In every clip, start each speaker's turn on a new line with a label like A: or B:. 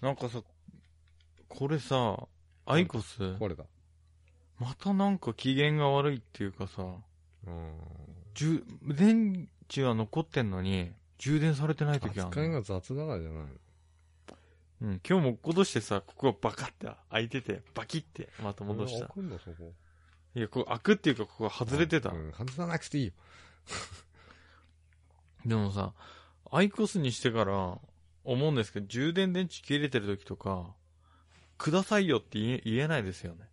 A: なんかさ、これさ、アイコス、
B: これだ。
A: またなんか機嫌が悪いっていうかさ、
B: うーん。
A: じゅ電池は残ってんのに、充電されてない時は
B: 扱いが雑だからじゃないの
A: うん、今日も戻してさ、ここがバカって開いてて、バキってまた戻し
B: 俺
A: た
B: 開。くんだ、そこ。
A: いや、こう開くっていうか、ここが外れてた。
B: うん、外さなくていいよ。
A: でもさ、アイコスにしてから思うんですけど、充電電池切れてる時とか、くださいよって言え言えないですよね。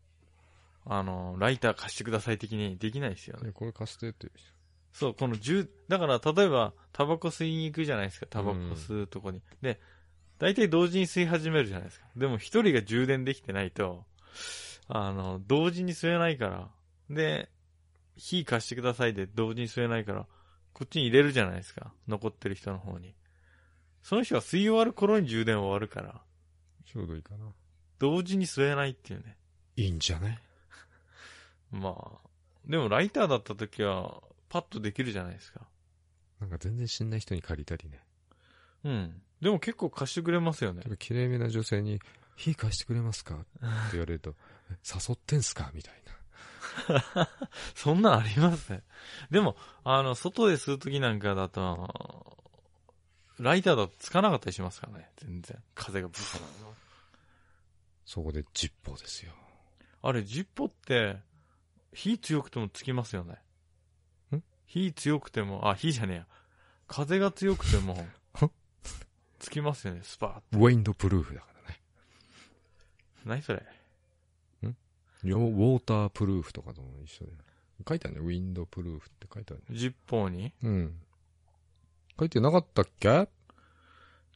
A: あの、ライター貸してください的にできないですよ
B: い
A: ね
B: や。これ貸してって。
A: そう、この充、だから例えば、タバコ吸いに行くじゃないですか、タバコ吸うとこに。で、大体同時に吸い始めるじゃないですか。でも一人が充電できてないと、あの、同時に吸えないから、で、火貸してくださいで同時に吸えないから、こっちに入れるじゃないですか、残ってる人の方に。その人は吸い終わる頃に充電終わるから、
B: ちょうどいいかな。
A: 同時に吸えないっていうね。
B: いいんじゃね
A: まあ、でもライターだった時は、パッとできるじゃないですか。
B: なんか全然知んない人に借りたりね。
A: うん。でも結構貸してくれますよね
B: 例え。ば、綺麗めな女性に、火貸してくれますかって言われる と、え誘ってんすかみたいな。
A: そんなんありますね。でも、あの、外で吸う時なんかだと、ライターだとつかなかったりしますからね。全然。風がブーン。
B: そこでジッポーですよ。
A: あれ、ジッポって、火強くてもつきますよね。
B: ん
A: 火強くても、あ、火じゃねえや。風が強くて も
B: は、
A: つきますよね、スパーッ。
B: ウィンドプルーフだからね。
A: 何それ。
B: いやウォータープルーフとかとも一緒で。書いてあるね。ウィンドプルーフって書いてあるね。
A: ジッポーに
B: うん。書いてなかったっけ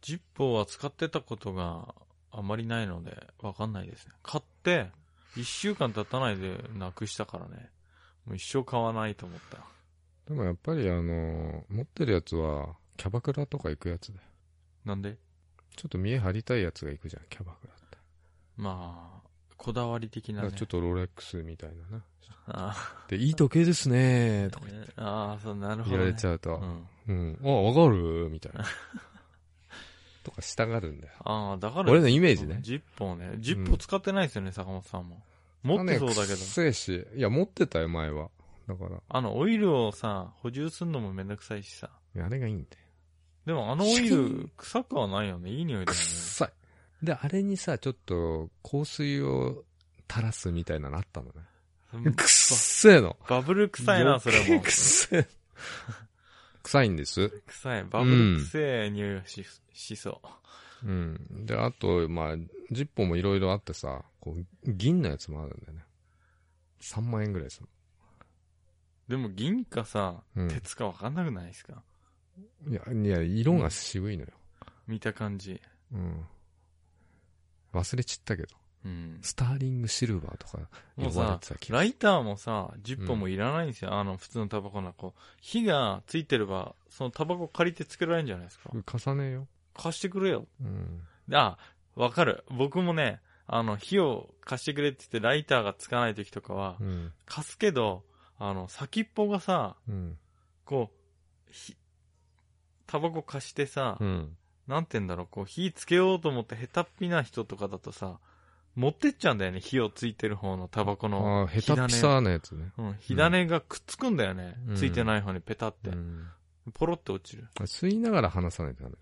A: ジッポーは使ってたことがあまりないので、わかんないですね。買って、一週間経たないでなくしたからね。もう一生買わないと思った。
B: でもやっぱりあの持ってるやつは、キャバクラとか行くやつだよ。
A: なんで
B: ちょっと見え張りたいやつが行くじゃん、キャバクラって。
A: まあ、こだわり的な
B: だか
A: ね。
B: らちょっとロレックスみたいなな。
A: あ
B: で、いい時計ですねー
A: ー
B: とか
A: あー、そう、なるほど、
B: 言
A: ね。
B: われちゃうと、
A: うん。
B: うん、あ、わかるみたいな。とかしたがるんだよ。
A: ああ、だから、
B: 俺のイメージね。
A: ジッポーね。ジッポー使ってないですよね、坂本さんも。持ってそうだけど
B: ねくっ。せえし。いや、持ってたよ、前は。だから、い
A: あの、オイルをさ、補充するのもめんどくさいしさ。
B: やあれがいいんだよ。
A: でもあのオイル、臭くはないよね。いい匂いだよね。
B: くっさい。で、あれにさ、ちょっと、香水を垂らすみたいなのあったのね。
A: うん
B: くっせえの。
A: バブル臭いな、それも
B: 余 計。くっせえ。臭いんです。
A: 臭い。バブル臭い匂いがし,、しそう。
B: うん。で、あと、まあ、ジッポーもいろいろあってさ、こう、銀のやつもあるんだよね。3万円ぐらいする。
A: でも銀かさ、
B: うん
A: 鉄かわかんなくないですか
B: いや、いや、色が渋いのよ。
A: 見た感じ。
B: うん。忘れちったけど。
A: うん。
B: スターリングシルバーとか
A: も
B: 呼
A: う
B: ばれ
A: さ
B: てた気が
A: ライターもさ、ジッポーもいらないんですよ。あの、普通のタバコのこう。火がついてれば、そのタバコ借りて作られるんじゃないですか。
B: 重ねよ。
A: 貸してくれよ。
B: うん。
A: あ、わかる。僕もね、あの、火を貸してくれって言ってライターがつかない時とかは
B: う、ん。
A: 貸すけど、あの、先っぽがさ、
B: うん。
A: こう、ひタバコ貸してさ、
B: うん。
A: なんて言うんだろう、こう、火つけようと思って下手っぴな人とかだとさ、持ってっちゃうんだよね、火をついてる方のタバコ
B: あ
A: の
B: あ、
A: 火
B: 下手
A: 種。
B: っぴさなやつね。
A: うん、火種がくっつくんだよね。
B: うん
A: ついてない方にペタって。
B: うん。
A: ポロって落ちる。
B: 吸いながら話さないとダメ。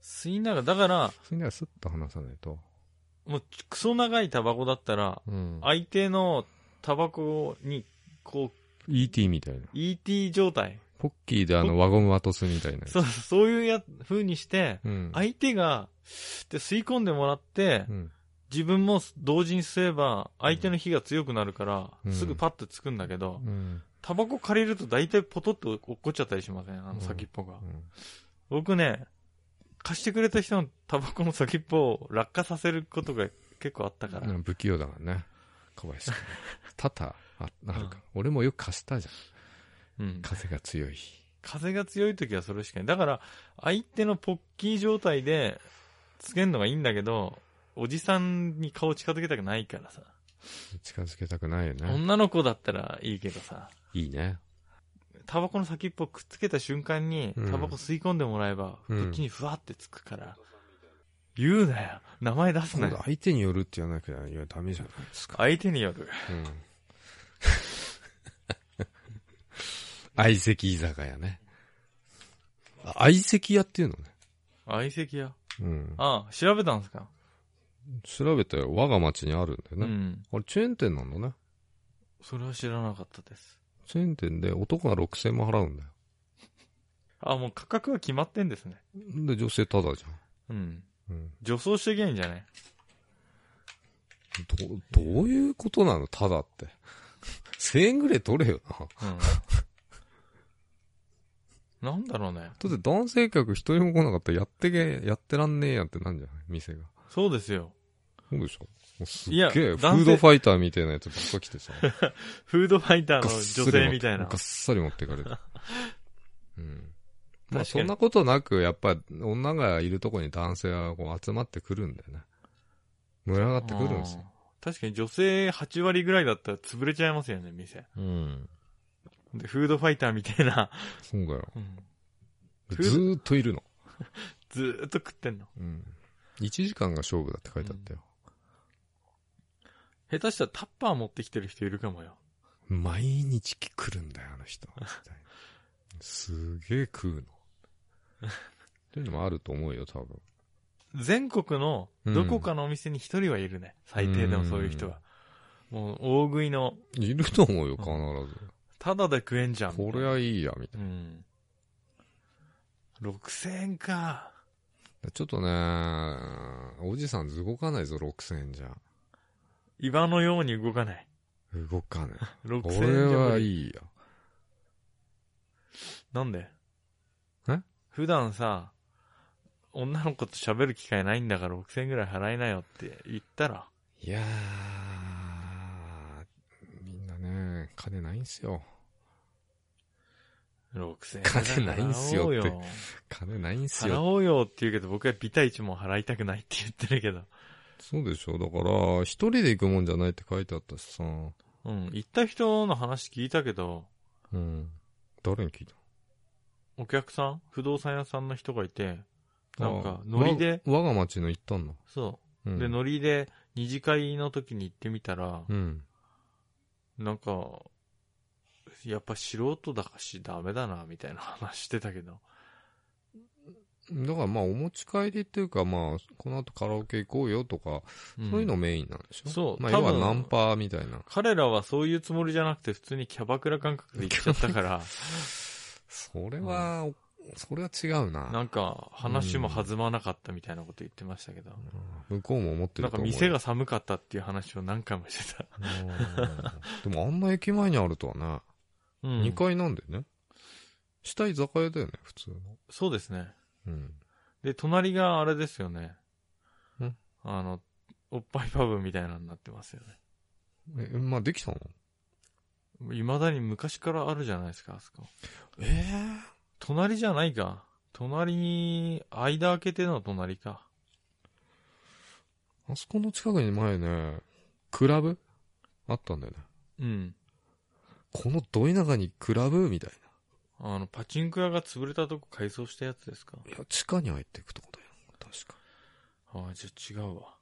A: 吸いながら、だから、
B: 吸いながらスッと話さないと。
A: もう、クソ長いタバコだったら、
B: うん。
A: 相手のタバコに、こう、
B: ET みたいな。
A: ET 状態。
B: ポッキーであの輪ゴム渡すみたいなやつ。
A: そう、そういうや、風にして、
B: うん。
A: 相手が、で吸い込んでもらって、
B: うん。
A: 自分も同時に吸えば、相手の火が強くなるから、
B: うん
A: すぐパッとつくんだけ
B: う
A: ど、
B: ん。
A: タバコ借りると大体ポトッと落っこっちゃったりしませんあの先っぽが。
B: うん
A: 僕ね、貸してくれた人のタバコの先っぽを落下させることが結構あったから。
B: うん不器用だからね。かわいそう。多々あ、あるか。俺もよく貸したじゃん。
A: うん
B: 風が強い。
A: 風が強い時はそれしかない。だから、相手のポッキー状態で、つけるのがいいんだけど、おじさんに顔近づけたくないからさ。
B: 近づけたくないよね。
A: 女の子だったらいいけどさ。
B: いいね。
A: タバコの先っぽくっつけた瞬間に、
B: うん
A: タバコ吸い込んでもらえば、
B: うん
A: こっちにふわってつくから、言うなよ。名前出すな
B: 今度
A: よ。
B: 相手によるって言わなきゃいやダメじゃないですか。
A: 相手による。
B: うん。相席居酒屋ね。あ相席屋っていうのね。
A: 相席屋。
B: うん。
A: ああ、調べたんですか、
B: 調べたよ。我が町にあるんだよ
A: う
B: ね。
A: ん。
B: あれ、チェーン店なんだね。
A: それは知らなかったです。
B: チェーン店で男が6000円も払うんだよ。
A: あ、もう価格は決まってんですね。
B: で、女性タダじ
A: うん。
B: ゃん。うん。
A: 女装してけんじゃね
B: ど、どういうことなのタダって。1000円ぐらい取れよな。
A: うん。 なんだろうね。
B: だって男性客一人も来なかったらやってけ、やってらんねえやってなんじゃない店が。
A: そうですよ。
B: そうでしょもうすっ
A: いや
B: げえ、
A: 男
B: フ
A: 性
B: ードファイターみたいなやつばっか 来てさ。
A: フードファイターの
B: がっ
A: 女
B: すり持って
A: 性みたいな
B: がっ。さり持っていかれる。 うん。
A: 確か
B: まあ
A: に
B: そんなことなく、やっぱ女がいるとこに男性はこう集まってくるんだよね。群がってくるんですよ。
A: あー確かに女性8割ぐらいだったら潰れちゃいますよね、店。
B: うん。
A: で、フードファイターみたいな。
B: そうだよ。
A: フー
B: ず
A: ド
B: ーっといるの。
A: ずーっと食ってんの。
B: うん。1時間が勝負だって書いてあったよ。
A: 下手したらタッパー持ってきてる人いるかもよ。
B: 毎日来るんだよ、あの人。みたいなすげえ食うの。 っていうのもあると思うよ、多分。
A: 全国のどこかのお店に一人はいるね。最低でもそういう人は。もう大食いの、
B: いると思うよ、必ず。
A: ただで食えんじゃん。
B: これはいいや、みたい
A: うん。6000円か。
B: な。ちょっとね、おじさん動かないぞ、6000円じゃ。
A: 岩のように動かない。
B: 動かない。こ
A: 6000円じゃ
B: れは
A: 無理
B: いいや。
A: なんで
B: え
A: 普段さ、女の子と喋る機会ないんだから6000円ぐらい払いなよって言ったら、
B: いやー、みんなね、金ないんすよ。
A: 6000円ぐらい払おうよ。
B: 金ないんすよって金ないんす
A: 払
B: よ。
A: おうよって言うけど、僕はビタ一も払いたくないって言ってるけど。
B: そうでしょ。だから、一人で行くもんじゃないって書いてあったしさ。
A: うん。行った人の話聞いたけど、
B: うん。誰に聞いた
A: お客さん不動産屋さんの人がいて、なんか
B: あ、
A: ノリで、
B: わ我が町の行ったんだ。
A: そうう。
B: ん。
A: で、ノリで、二次会の時に行ってみたら、
B: うん。
A: なんか、やっぱ素人だかしダメだな、みたいな話してたけど。
B: だからまあ、お持ち帰りっていうか、まあ、この後カラオケ行こうよとか、
A: ん
B: そういうのメインなんでしょ
A: そう
B: まあ、
A: 多
B: 要
A: 分
B: はナンパみたいな。
A: 彼らはそういうつもりじゃなくて、普通にキャバクラ感覚で行っちゃった から、
B: それは、それは違うな。
A: なんか、話も弾まなかったみたいなこと言ってましたけど。
B: 向こうも思って
A: な
B: る
A: ん
B: と
A: か
B: 思うよ。
A: 店が寒かったっていう話を何回もしてた。
B: うん。でもあんな駅前にあるとはね、
A: うん
B: 2階なんだよね。下居酒屋だよね、普通の。
A: そうですね。
B: うん。
A: で、隣があれですよね。
B: ん
A: あの、おっぱいパブみたいなのになってますよ
B: え、まあ、できたの
A: ね。未だに昔からあるじゃないですか、あそこ。
B: え
A: 隣じゃないか。隣に、間開けての隣か。
B: あそこの近くに前ね、クラブあったんだよね。
A: うん。
B: このど田舎にクラブみたい
A: あの、パチンコ屋が潰れたとこ改装したやつですか。
B: な。いや、地下に入っていくとこだよ。確か。
A: ああ、じゃあ違うわ。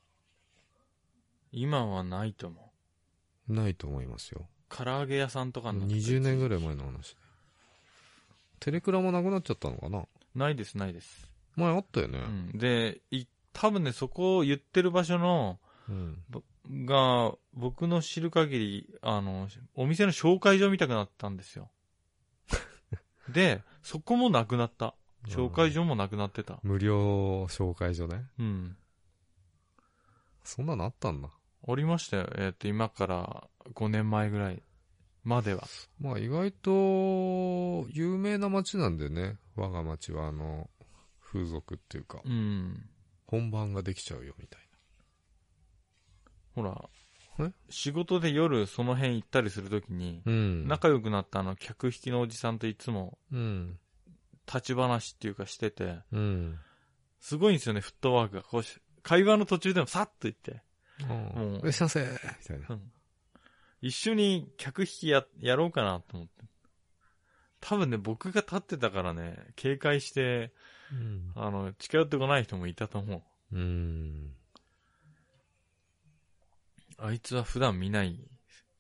A: 今はないと思う。
B: ないと思いますよ。
A: 唐揚げ屋さんとかになってた
B: 20年ぐらい前の話。テレクラもなくなっちゃったのかな
A: ないです、ないです。
B: 前あったよね
A: う。ん。で、い、多分ね、そこを言ってる場所の、
B: うん。
A: が、僕の知る限り、あの、お店の紹介所見たくなったんです よ。で、そこもなくなった。紹介
B: 所
A: 所もなくなってた。
B: 無料紹介所ね。
A: うん。
B: そんなのあったんだ。
A: ありましたよ。えっ、と、今から5年前ぐらいまでは。
B: まあ意外と、有名な街なんでね。我が町はあの、風俗っていうか、
A: うん。
B: 本番ができちゃうよみたい
A: ほら
B: え、
A: 仕事で夜その辺行ったりするときに、
B: な。うん
A: 仲良くなったあの、客引きのおじさんといつも
B: うん。
A: 立ち話っていうかしてて、
B: うん。
A: すごいんですよね、フットワークが。こうし、会話の途中でもさっと言って。
B: うん
A: う。ん
B: いらっしゃいませみたいな。
A: 一緒に客引きや、やろうかなと思って。多分ね、僕が立ってたからね、警戒して、
B: うん
A: あの、近寄ってこない人もいたと思う。
B: うーん。
A: あいつは普段見ない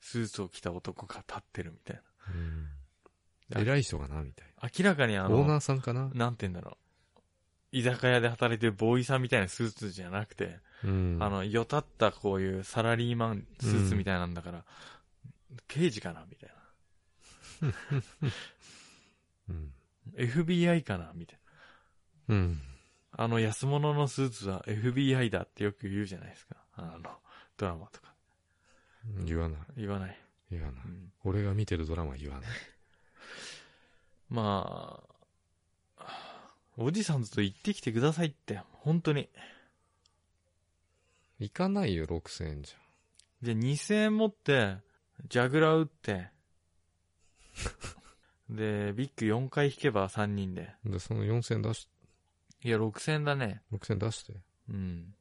A: スーツを着た男が立ってるみたい
B: うん。偉い人かなみたい
A: な。明らかにあ
B: な。オーナ
A: の
B: ー、さんかな
A: なんて言うんだろう。居酒屋で働いてるボーイさんみたいなスーツじゃなくて、
B: うん。
A: あの、よたったこういうサラリーマンスーツみたいなんだから、刑事かなみたい
B: うん。
A: な。FBI かなみたい
B: うん。
A: な。あの、安物のスーツは FBI だってよく言うじゃないですか。あの、ドラマとか。
B: 言わない。
A: 言わない。
B: 言わない。
A: うん
B: 俺が見てるドラマは言わない。
A: まあ、おじさんと行ってきてくださいって、本当に。
B: 行かないよ、6000円じ
A: じゃあ2000円持って、ジャグラー打って、 で、ビッグ4回引けば3人で。
B: ゃん。で、その4000円出し、
A: いや、6000円だね。
B: 6000円出して。
A: うん。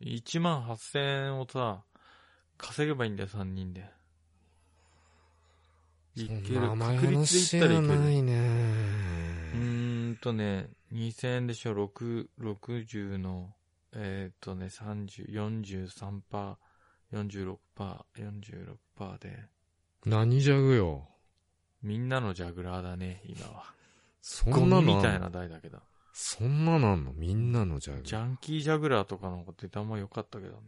A: 1万8000円をさ、稼げばいいんだよ、3人で。いける。
B: 名
A: 確率でいったらいけ
B: な
A: る。
B: いね。
A: うーんとね、2000円でしょ、6、60の、えーっ、とね、30、43%パー、46%パー、46%パーで、
B: 何じゃぐよ。
A: みんなのジャグラーだね、今は。
B: そ
A: ゴ
B: んな
A: ミ
B: の
A: みた
B: あ
A: い
B: ん
A: な
B: の
A: 台だけど。
B: そんななんのみんなのジャグラー。
A: ジャンキージャグラーとかのこと言ってあんま良かったけどね。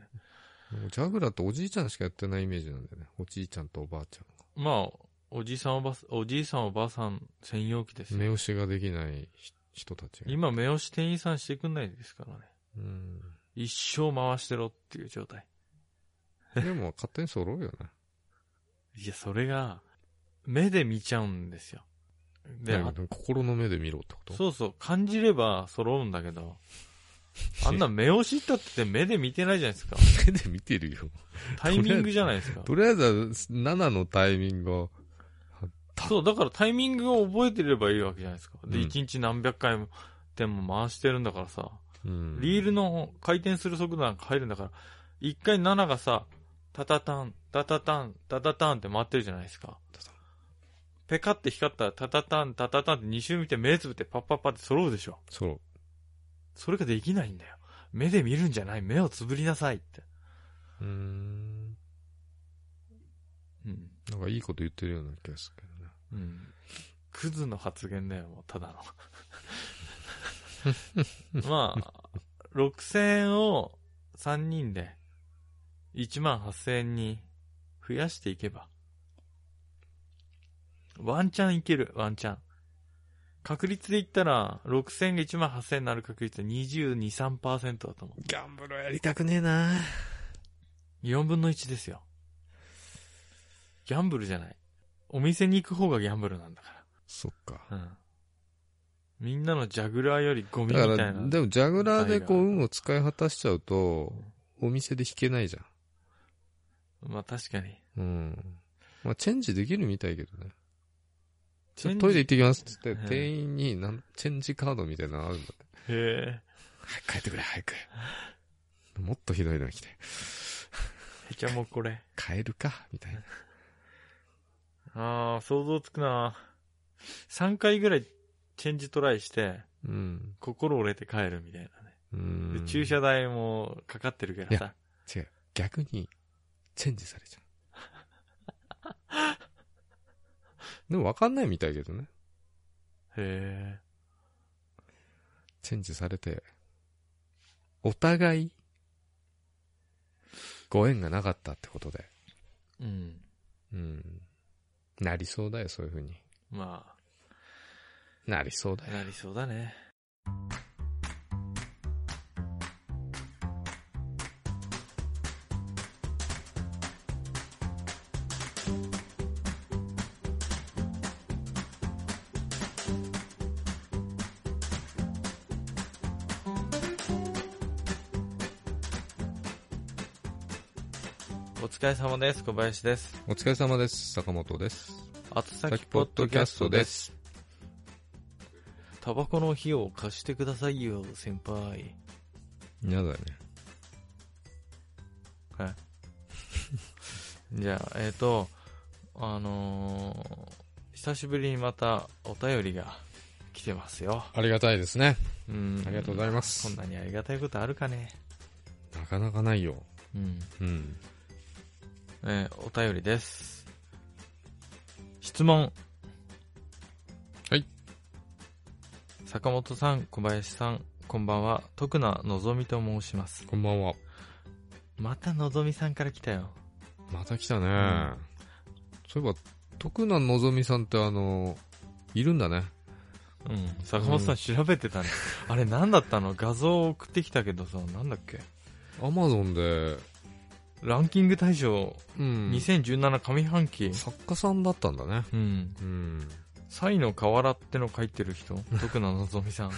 B: もうジャグラーっておじいちゃんしかやってないイメージなんだよね。おじいちゃんとおばあちゃん
A: まあ、おじいさんおばさん、おじいさんおばあさん専用機です
B: が。目
A: よ。
B: 押しができないひ人たちが。
A: 今、目押し店員さんしてくんないですからね。
B: うん。
A: 一生回してろっていう状態。
B: でも勝手に揃うよね。
A: いや、それが、目で見ちゃうんですよ。 で、あ
B: だけど心の目で見ろってこと
A: そうそう、感じれば揃うんだけ ど、あんな目押しったって目で見てないじゃないですか。
B: 目で見てる よ。
A: タイミングじゃないですか。
B: とりあえずは、7のタイミングを、
A: そう、だからタイミングを覚えてればいいわけじゃないですか。で、
B: うん
A: 一日何百回も、でも回してるんだからさ、
B: うん
A: リールの回転する速度なんか入るんだから、一回7がさ、タタタン、タタタン、タタタンって回ってるじゃないですか
B: タタ。
A: ペカって光ったらタタタン、タタタンって2周見て目つぶってパッパッパって揃うでしょ。
B: そう。
A: それができないんだよ。目で見るんじゃない、目をつぶりなさいって。
B: うーん。
A: うん。
B: なんかいいこと言ってるような気がするけどね。
A: うん。クズの発言だよ、もう、ただの。まあ、6000円を3人で、1万8000円に増やしていけば。ワンチャンいける、ワンチャン。確率で言ったら、6000が1万8000になる確率は22、3%だと思う。
B: ギャンブルやりたくねえな
A: 4分の1ですよ。ギャンブルじゃない。お店に行く方がギャンブルなんだから。
B: そっか。
A: うんみんなのジャグラーよりゴミみた
B: だ
A: い
B: から、
A: な。
B: でもジャグラーでこ
A: みた
B: う、
A: いな
B: 運を使い果たしちゃうと、お店で弾けないじゃ
A: まあ確かに。
B: ん。うん。まあ、チェンジできるみたいけどね。ちょ
A: チェ
B: っと
A: ン
B: トイ
A: ジ
B: レ行ってきますって言っ
A: うん
B: て、店員になんチェンジカードみたいなのあるんだって。
A: へえ。
B: 早く帰ってくれ、早く。もっとひどいのが来て。
A: じゃあもうこれ。
B: 帰るか、みたいな。
A: ああ、想像つくな。3回ぐらいチェンジトライして、
B: うん。
A: 心折れて帰るみたいな
B: う
A: ね。で
B: ん。
A: 駐車代もかかってるからさ。
B: 違う。逆に、チェンジされちゃう。でも分かんないみたいけどね。
A: へえ。
B: チェンジされて、お互い、ご縁がなかったってことで。
A: うん。
B: うん。なりそうだよ、そういう風に。
A: まあ。
B: なりそうだよ。
A: なりそうだね。お疲れ様です。小林です。
B: お疲れ様です。坂本です。
A: 厚
B: さ
A: 崎ポッドキャストです。
B: す。
A: タバコの費用を貸してくださいよ、先輩。
B: 嫌だね。
A: はい。 じゃあ、えっ、と、あのー久しぶりにまたお便りが来てますよ。
B: ありがたいですね。
A: うん
B: ありがとうございます
A: こんなにありがたいことあるかね。
B: なかなかないよ。
A: うん。
B: うん。
A: えーお便りです。質問。
B: はい。
A: 坂本さん、小林さん、こんばんは。徳名のぞみと申します。
B: こんばんは。
A: またのぞみさんから来たよ。
B: また来たね。
A: ん
B: そういえば、徳南のぞみさんってあの、いるんだね。
A: うん。坂本さん調べて たね。あれ何だったの画像を送ってきたけどさ、なんだっけ
B: アマゾンで、
A: ランキング大賞
B: うん。
A: 2017上半期。
B: 作家さんだったんだね。
A: うん。
B: うん。
A: サイの河原っての書いてる 人、徳野のぞみさん。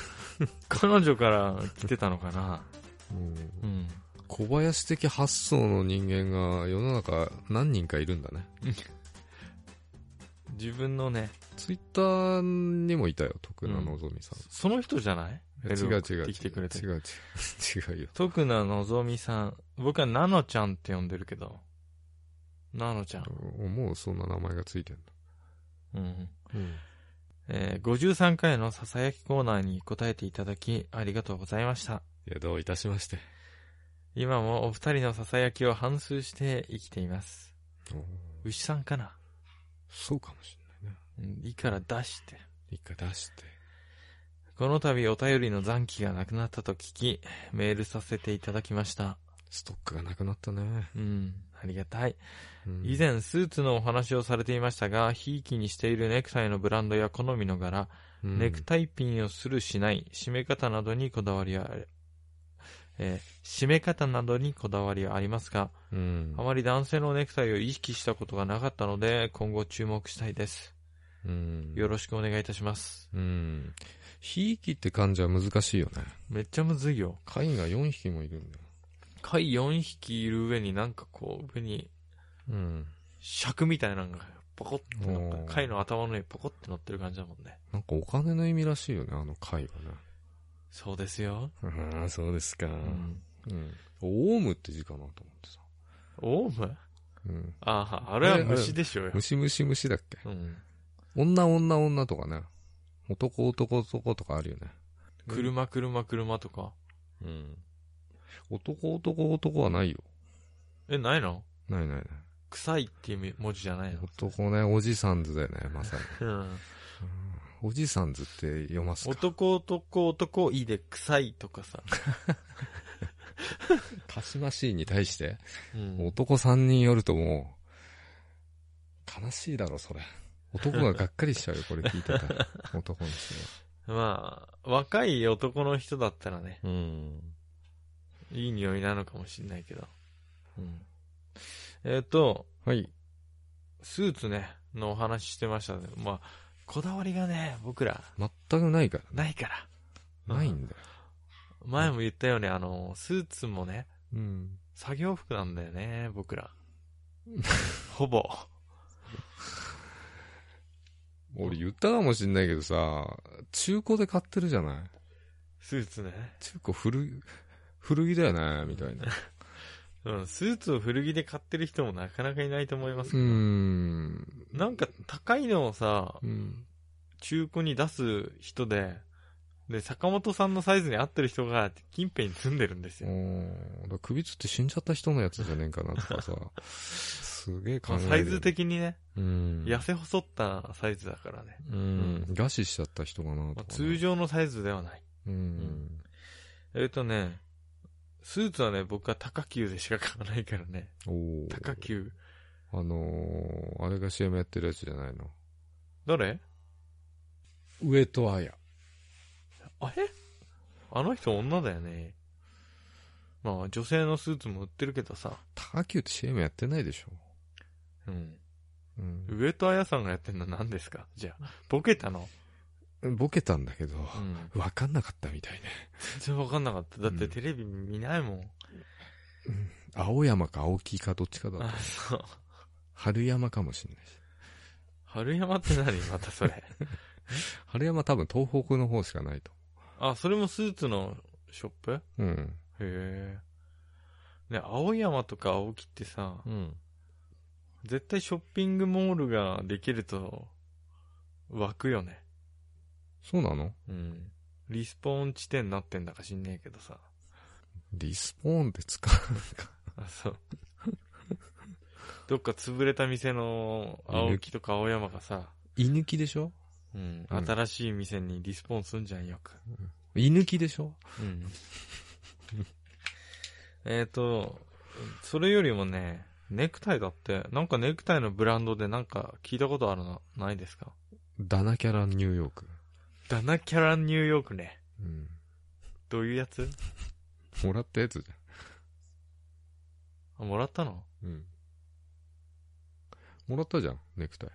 A: 彼女から来てたのかな
B: うん
A: うん。
B: 小林的発想の人間が世の中何人かいるんだね。
A: 自分のね、
B: ツイッターにもいたよ、徳南のぞみさん。
A: その人じゃないメー
B: 違
A: ルを
B: う
A: 送
B: 違
A: っ
B: う。
A: てきてくれて
B: 違う違う。違うよ。
A: 徳野のぞみさん。僕はナノちゃんって呼んでるけど。ナノちゃん。
B: もうそんな名前がついてんだ。
A: うん。えー、53回のささやきコーナーに答えていただき、ありがとうございました。
B: いや、どういたしまして。
A: 今もお二人のささやきを反数して生きています。牛さんかな
B: そうかもしれないね。
A: うん、いいから出して。
B: 一回出して。
A: この度お便りの残機がなくなったと聞き、メールさせていただきました。
B: ストックがなくなったね。
A: うん、ありがたい。
B: うん
A: 以前スーツのお話をされていましたが、ひいきにしているネクタイのブランドや好みの柄、
B: うん
A: ネクタイピンをするしない、締め方などにこだわりはある、えー締め方などにこだわりはありますが、
B: うん
A: あまり男性のネクタイを意識したことがなかったので、今後注目したいです。
B: うん
A: よろしくお願いいたします。
B: うん。ひいきって漢字は難しいよね。
A: めっちゃむずいよ。
B: 貝が4匹もいるんだよ。
A: 貝4匹いる上になんかこう、上に
B: うん。
A: 尺みたいなのがポコって乗っ
B: おー
A: た貝の頭の上にポコって乗ってる感じだもんね
B: なんかお金の意味らしいよね、あの貝は
A: そうですよ、
B: ね。ああ、そうですか。う。
A: うんん、
B: オウムって字かなと思ってさ。
A: オウム
B: うん。
A: あああれは虫でしょうよ、
B: ムシムシムシだっけ
A: うん、
B: 女女女とかね。男男男とかあるよね。
A: 車車車とか
B: うん。男男男はないよ。
A: えないの
B: ないないない。
A: 臭いっていう文字じゃないの、
B: 男ね、おじさんずだよね、まさに。
A: うん、
B: おじさんずって読ますか
A: 男男男いいで臭いとかさ、
B: たしましいに対して、
A: うん、
B: 男三人よるともう、悲しいだろ、それ。男ががっかりしちゃうよ、これ聞いてた ら。男の人は。
A: まあ若い男の人だったらね
B: うん。
A: いい匂いなのかもしれないけど、うん、えっ、と
B: はい。
A: スーツね、のお話ししてましたね。まあ、こだわりがね、僕ら、
B: 全くないか
A: ないから。
B: ら。ないんだよ。
A: 前も言ったように、あの、スーツもね、
B: うん。
A: 作業服なんだよね、僕ら。 ほぼ。
B: 俺言ったかもしんないけどさ、中古で買ってるじゃない
A: スーツね。
B: 中古古、古着だよね、みたいな。
A: うん、スーツを古着で買ってる人もなかなかいないと思いますけ
B: う
A: ど。
B: ん。
A: なんか高いのをさ、
B: うん。
A: 中古に出す人で、で、坂本さんのサイズに合ってる人が近辺に住んでるんです
B: う
A: よ。
B: ん。だから首つって死んじゃった人のやつじゃねえかなと かさ。すげえ考
A: まあ
B: えるよ
A: サ
B: ね
A: イズ的にね、
B: うん。
A: 痩せ細ったサイズだからね。
B: うん。餓死しちゃった人かなとか
A: ま
B: ね
A: あ通。常のサイズではない。
B: うん。
A: えっとね、スーツはね、僕は高級でしか買わないからね。
B: おー
A: 高級。
B: あのー、あれが CM やってるやつじゃないの。
A: 誰
B: 上戸彩。
A: あれあの人女だよね。まあ、女性のスーツも売ってるけどさ。
B: 高級って CM やってないでしょ。
A: うん。
B: うん。
A: 上戸彩さんがやってんの何ですかじゃあ、ボケたの
B: ボケたんだけど、
A: うん。
B: わかんなかったみたいね。
A: 全然わかんなかった。だっ
B: う
A: て
B: ん
A: テレビ見ないもん。
B: 青山か青木かどっちかだ
A: あ
B: と。、
A: そう。
B: 春山かもしれないし。
A: 春山って何またそれ。
B: 春山多分東北の方しかないと。
A: あ、それもスーツのショップへ
B: うん。
A: え。ね、青山とか青木ってさ、
B: うん。
A: 絶対ショッピングモールができると湧くよね。
B: そうなの
A: うん。リスポーン地点になってんだか知んねえけどさ。
B: リスポーンって使うんか。
A: あ、そう。 どっか潰れた店の青木とか青山がさ、
B: 居抜きでしょ
A: うん、
B: うん
A: 新しい店にリスポーンすんじゃんよく。
B: 居抜きでしょ
A: うん。えっと、それよりもね、ネクタイだって、なんかネクタイのブランドでなんか聞いたことあるのないですか
B: ダナキャラニューヨーク。
A: ダナキャラニューヨークね。
B: うん。
A: どういうやつ
B: もらったやつじ
A: あもらったの
B: ゃん。うん。もらったじゃん、ネクタイ。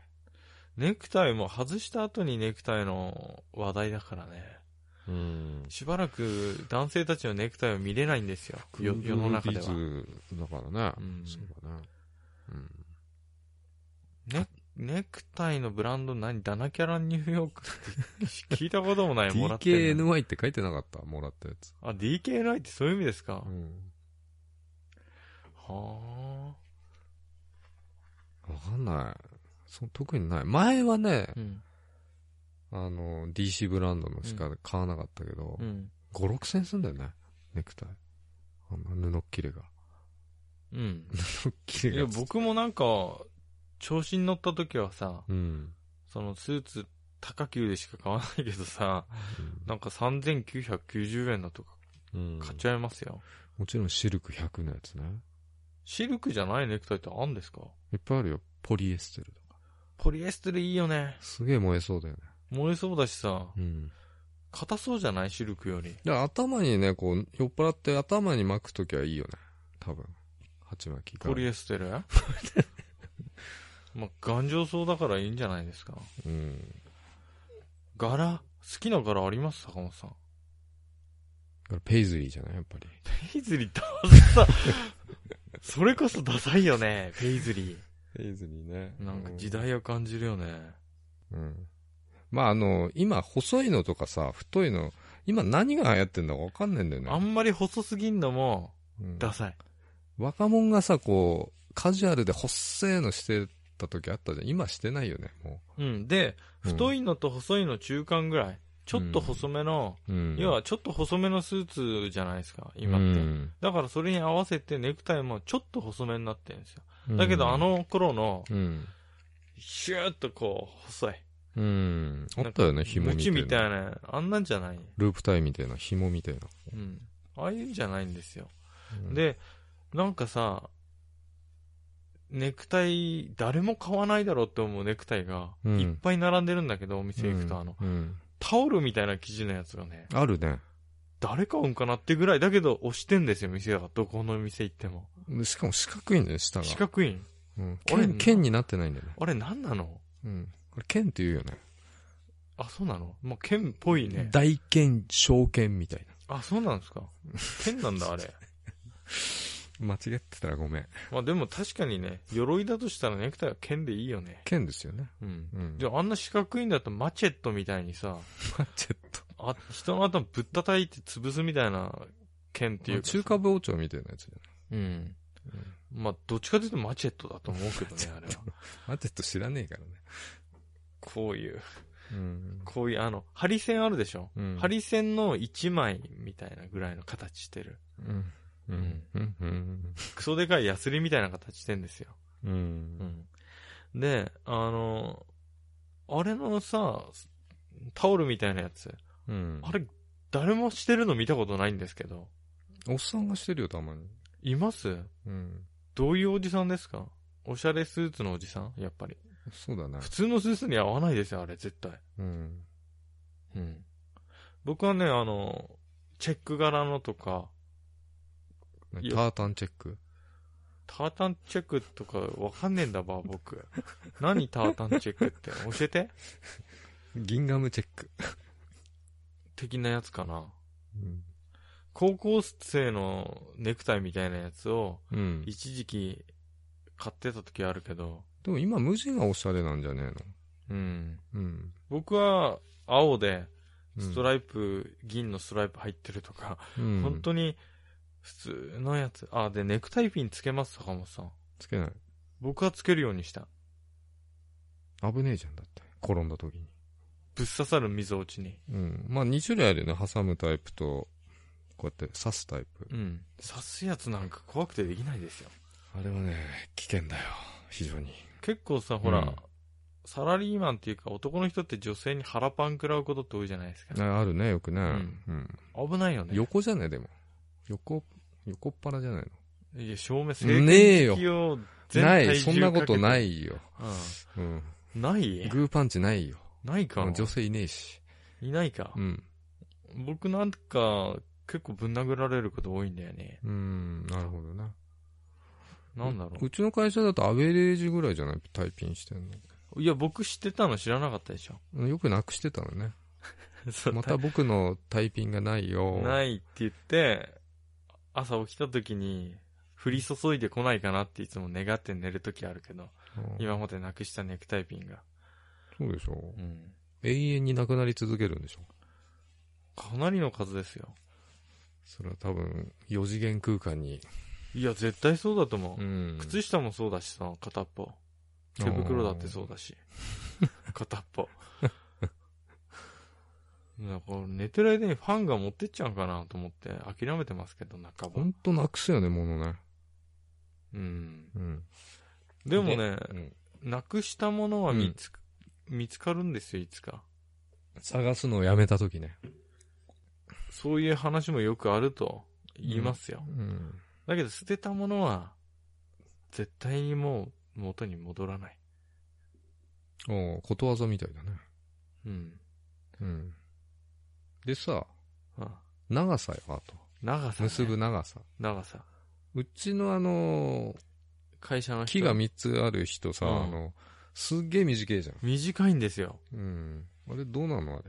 A: ネクタイも外した後にネクタイの話題だからね。
B: うん。
A: しばらく男性たちのネクタイを見れないんですよ。よ世の中では。
B: だからね。
A: うん
B: そうだね。うん。
A: ネクタイのブランド何 ダナキャラニューヨークって聞いたこともない。もらってんの
B: DKNY って書いてなかったもらったやつ。
A: あ、DKNI ってそういう意味ですか、
B: ん。
A: は
B: わかんない。そ特にない。前はね
A: あ。、うん。
B: あの、DC ブランドのしか買わなかったけど、
A: うん。
B: 5、6千すんだよね。ネクタイ。あの、布切れが。
A: うん。
B: 布切
A: い
B: れ
A: や、
B: が。
A: 僕もなんか、調子に乗った時はさ、
B: うん。
A: そのスーツ高級でしか買わないけどさ、なんか3990円だとか
B: うん。
A: 買っちゃいますよ。
B: もちろんシルク100のやつね。
A: シルクじゃないネクタイってあんですか
B: いっぱいあるよ。ポリエステルとか。
A: ポリエステルいいよね。
B: すげえ燃えそうだよね。
A: 燃えそうだしさ、
B: うん。
A: 硬そうじゃないシルクより。
B: で、頭にね、こう、酔っ払って頭に巻くときはいいよね。多分。鉢巻きが。
A: ポリエステ ルまあ、頑丈そうだからいいんじゃないですか。
B: うん。
A: 柄好きな柄あります坂本さん。
B: だからペイズリーじゃないやっぱり。
A: ペイズリーダサ。 それこそダサいよね、ペイズリ
B: ペイズリーね
A: ー。なんか時。代を感じるよね。
B: うん。まあ、あの、今、細いのとかさ、太いの、今何が流行ってんだかわかんないんだよね。
A: あんまり細すぎんのも
B: うん
A: ダサい。
B: 若者がさ、こう、カジュアルで細いのしてた時あったじゃん。今してないよね、も
A: うん。で、
B: うん
A: 太いのと細いの中間ぐらい。ちょっと細めの、
B: う。うん。
A: 要はちょっと細めのスーツじゃないですか、今
B: 今
A: っ。
B: ってて。
A: だからそれに合わせてネクタイもちょっと細めになってるんですよ。だけどあ、の頃の、
B: うん。
A: シューッとこう、細い。
B: うん。あったよね、紐
A: ムチみ
B: みたい
A: た
B: な。
A: いな、あんなんじゃない。
B: ループタイみたいな、紐みたいな。
A: うん。ああいうんじゃないんですよ。
B: うん、
A: で、なんかさ、ネクタイ、誰も買わないだろうって思うネクタイが、
B: うん
A: いっぱい並んでるんだけど、お店行くと、あの、
B: うん。うん
A: タオルみたいな生地のやつがね、
B: あるね。
A: 誰買うんかなってぐらい、だけど押してんですよ、店が。どこの店行っても。
B: でしかも四角いんだよね、下が。
A: 四角いん。
B: うん。
A: 俺
B: 剣、剣になってないんだよね。
A: あれ、なんなの
B: うん。これ剣って言うよね。
A: あ、そうなのまあ、剣っぽいね。
B: 大剣、小剣みたい
A: あ、そうなんですか。剣なんだ、あれ。
B: な。間違ってたらごめん。
A: まあ、でも確かにね、鎧だとしたらネクタイは剣でいいよね。
B: 剣ですよね。
A: うん。
B: うん。
A: じゃあ、あんな四角いんだとマチェットみたいにさ、
B: マチェット。
A: あ、人の頭ぶったたいて潰すみたいな剣っていうか。
B: 中華包丁みたいなやつじゃない。
A: うん。まあ、どっちかというとマチェットだと思うけど ね、あれは。
B: マチェット知らねえからね。
A: こういう、
B: うん。
A: こういう、あの、針線あるでしょ、
B: うん
A: 針線の1枚みたいなぐらいの形してる。
B: うん。うん。うん。うん。
A: クソでかいヤスリみたいな形してんですよ。
B: う。
A: うんん。で、あの、あれのさ、タオルみたいなやつ。
B: うん
A: あれ、誰もしてるの見たことないんですけど。
B: おっさんがしてるよ、たまに。
A: います
B: うん。
A: どういうおじさんですかおしゃれスーツのおじさんやっぱり。
B: そうだね。
A: 普通のスーツに合わないですよ、あれ、絶対。
B: うん。
A: うん。僕はね、あの、チェック柄のとか、
B: タ
A: いや
B: ータンチェック
A: タータンチェックとかわかんねえんだば、僕。何タータンチェックって教えて
B: ギンガムチェック。
A: 的なやつかな。
B: うん。
A: 高校生のネクタイみたいなやつを、
B: うん。
A: 一時期買ってた時あるけど、
B: でも今、無地がおしゃれなんじゃねえの
A: うん。
B: うん。
A: 僕は青で、スト
B: イ
A: ライプ、銀のストライプ入ってるとか、
B: ク、うん
A: 本当に普通のやつ。あ、で、ネクタイピンつけます、坂本さん。
B: つけない。
A: 僕はつけるようにした。
B: 危ねえじゃんだって。転んだ時に。
A: ぶぶっ刺さる溝落ちに。
B: うん。まあ、2種類あるよね。挟むタイプと、こうやって刺すタイプ。
A: うん。刺すやつなんか怖くてできないですよ。
B: あれはね、危険だよ。非常に。
A: 結構さ、ほら、
B: うん
A: サラリーマンっていうか男の人って女性に腹パン食らうことって多いじゃないですか。
B: ああるね、よくね。
A: ん
B: うん。
A: 危ないよね。
B: 横じゃないでも。横、横っ腹じゃない
A: いや、照明
B: の。ねえよ。
A: よ。。
B: ない、そんなことないいよ。うん。
A: うんない
B: グーパンチないよ。
A: ないか。
B: 女性いねえし。
A: いないか
B: う。ん。
A: 僕なんか、結構ぶん殴られること多いんだよね。
B: うん、なるほどな。
A: なんだろ
B: うちの会社だとアベレージぐらいじゃないタイピンしてん
A: う。いや、僕知ってたの知らなかったでし ょ。
B: の。よくなくしてたの ね。
A: そう
B: また僕のタイピンがないよ。
A: ないって言って、朝起きた時に、降り注いでこないかなっていつも願って寝る時あるけど、
B: うん
A: 今までなくしたネクタイピンが。
B: そうでしょ。
A: うん。
B: 永遠になくなり続けるんでしょ。
A: かなりの数ですよ。
B: それは多分、4次元空間に。
A: いや、絶対そうだと思う。
B: ん
A: 靴下もそうだしさ、片っぽ。手袋だってそうだし。片っぽ。だから寝てる間にファンが持ってっちゃうかなと思って諦めてますけど、半
B: ほ
A: ば。
B: んとなくすよね、ものね。
A: うん。
B: うん。
A: でもね、
B: うん。
A: なくしたものは見つ、見つかるんですよ、いつか。
B: 探すのをやめた時ね。
A: そういう話もよくあると言いますよ。
B: うん。
A: だけど捨てたものは、絶対にもう元に戻らない。
B: おうことわざみたいだね。
A: うん。
B: うん。でさ、
A: あ
B: 長さよ、あと。
A: 長さ、ね。
B: 結ぶ長さ。
A: 長さ。
B: うちのあの
A: 会社の
B: ー、
A: 人
B: 木が3つある人さ、
A: うん
B: あの、すっげえ短いじゃん。
A: 短いんですよ。
B: うん。あれどうなのあれ。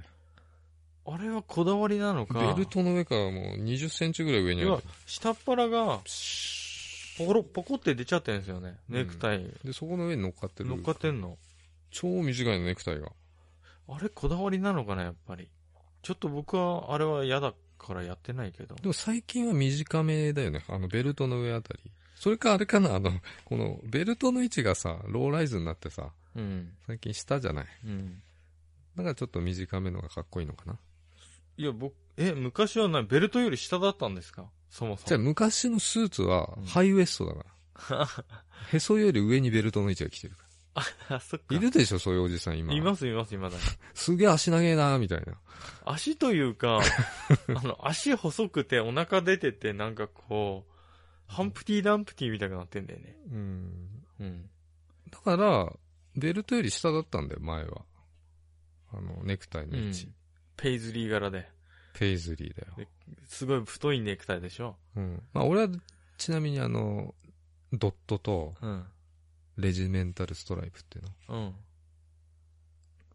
A: あれはこだわりなのか。
B: ベルトの上からもう20センチぐらい上にある
A: 要は。下っ腹が、
B: シ
A: ポコロ、ポコって出ちゃってるんですよね。
B: うん
A: ネクタイ。
B: ュッで、そこの上に乗っかってる。
A: 乗っかってんの。
B: 超短いの、ネクタイが。
A: あれこだわりなのかな、やっぱり。ちょっと僕は、あれは嫌だからやってないけど。
B: でも最近は短めだよね。あの、ベルトの上あたり。それかあれかな、あの、この、ベルトの位置がさ、ローライズになってさ、
A: うん。
B: 最近下じゃない。
A: うん。
B: だからちょっと短めのがかっこいいのかな。
A: いや、僕、え、昔は何ベルトより下だったんですかそもそも。
B: じゃあ昔のスーツは
A: うん、
B: ハイウエストだから。 へそより上にベルトの位置が来てるか。
A: あ、そっから
B: いるでしょ、そういうおじさん今。
A: います、います、いまだに。
B: すげえ足長えなみたいな。
A: 足というか、 あの、足細くてお腹出てて、なんかこう、ハンプティーダンプティーみたいになってんだよね。
B: うん。
A: うん。
B: だから、ベルトより下だったんだよ、前は。あの、ネクタイの位置。
A: うんペイズリー柄で。
B: ペイズリーだよ。
A: すごい太いネクタイでしょ。
B: うん。まあ俺は、ちなみにあの、ドットと、
A: うん。
B: レジメンタルストライプっていうの。
A: うん。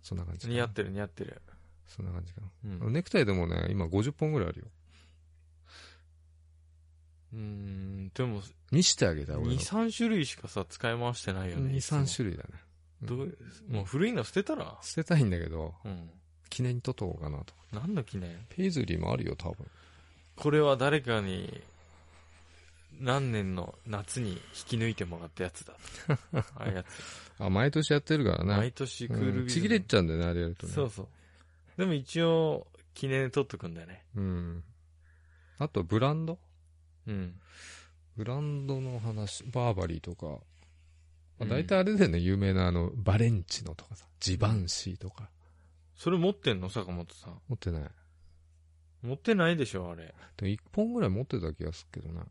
B: そんな感じかな。
A: 似合ってる似合ってる。
B: そんな感じかな。
A: うん。
B: ネクタイでもね、今50本ぐらいあるよ。
A: うーん、でも、
B: にしてあげた
A: 2、
B: い俺の。
A: 3種類しかさ、使い回してないよね。
B: 2、
A: いつも
B: 3種類だね。類
A: どうもう古いの捨てたら
B: 捨てたいんだけど、
A: うん。
B: 記念に取っとこうかなと。
A: 何の記念
B: ペイズリーもあるよ、多分。
A: これは誰かに、何年の夏に引き抜いてもらったや つだ。ああいうやつ。
B: あ、毎年やってるからね
A: 毎。年クールビズ
B: うんちぎれちゃうんだよね、あれやるとね。
A: そうそう。でも一応、記念で撮っとくんだよね。
B: うん。あと、ブランド
A: うん。
B: ブランドの話、バーバリーとか。
A: う
B: まあ、
A: ん
B: 大体あれだよね、有名なあの、バレンチノとかさ、ジバンシーとか。
A: それ持ってんの坂本さん。
B: 持ってない。
A: 持ってないでしょ、あれ。
B: でも1本ぐらい持ってた気がするけどな。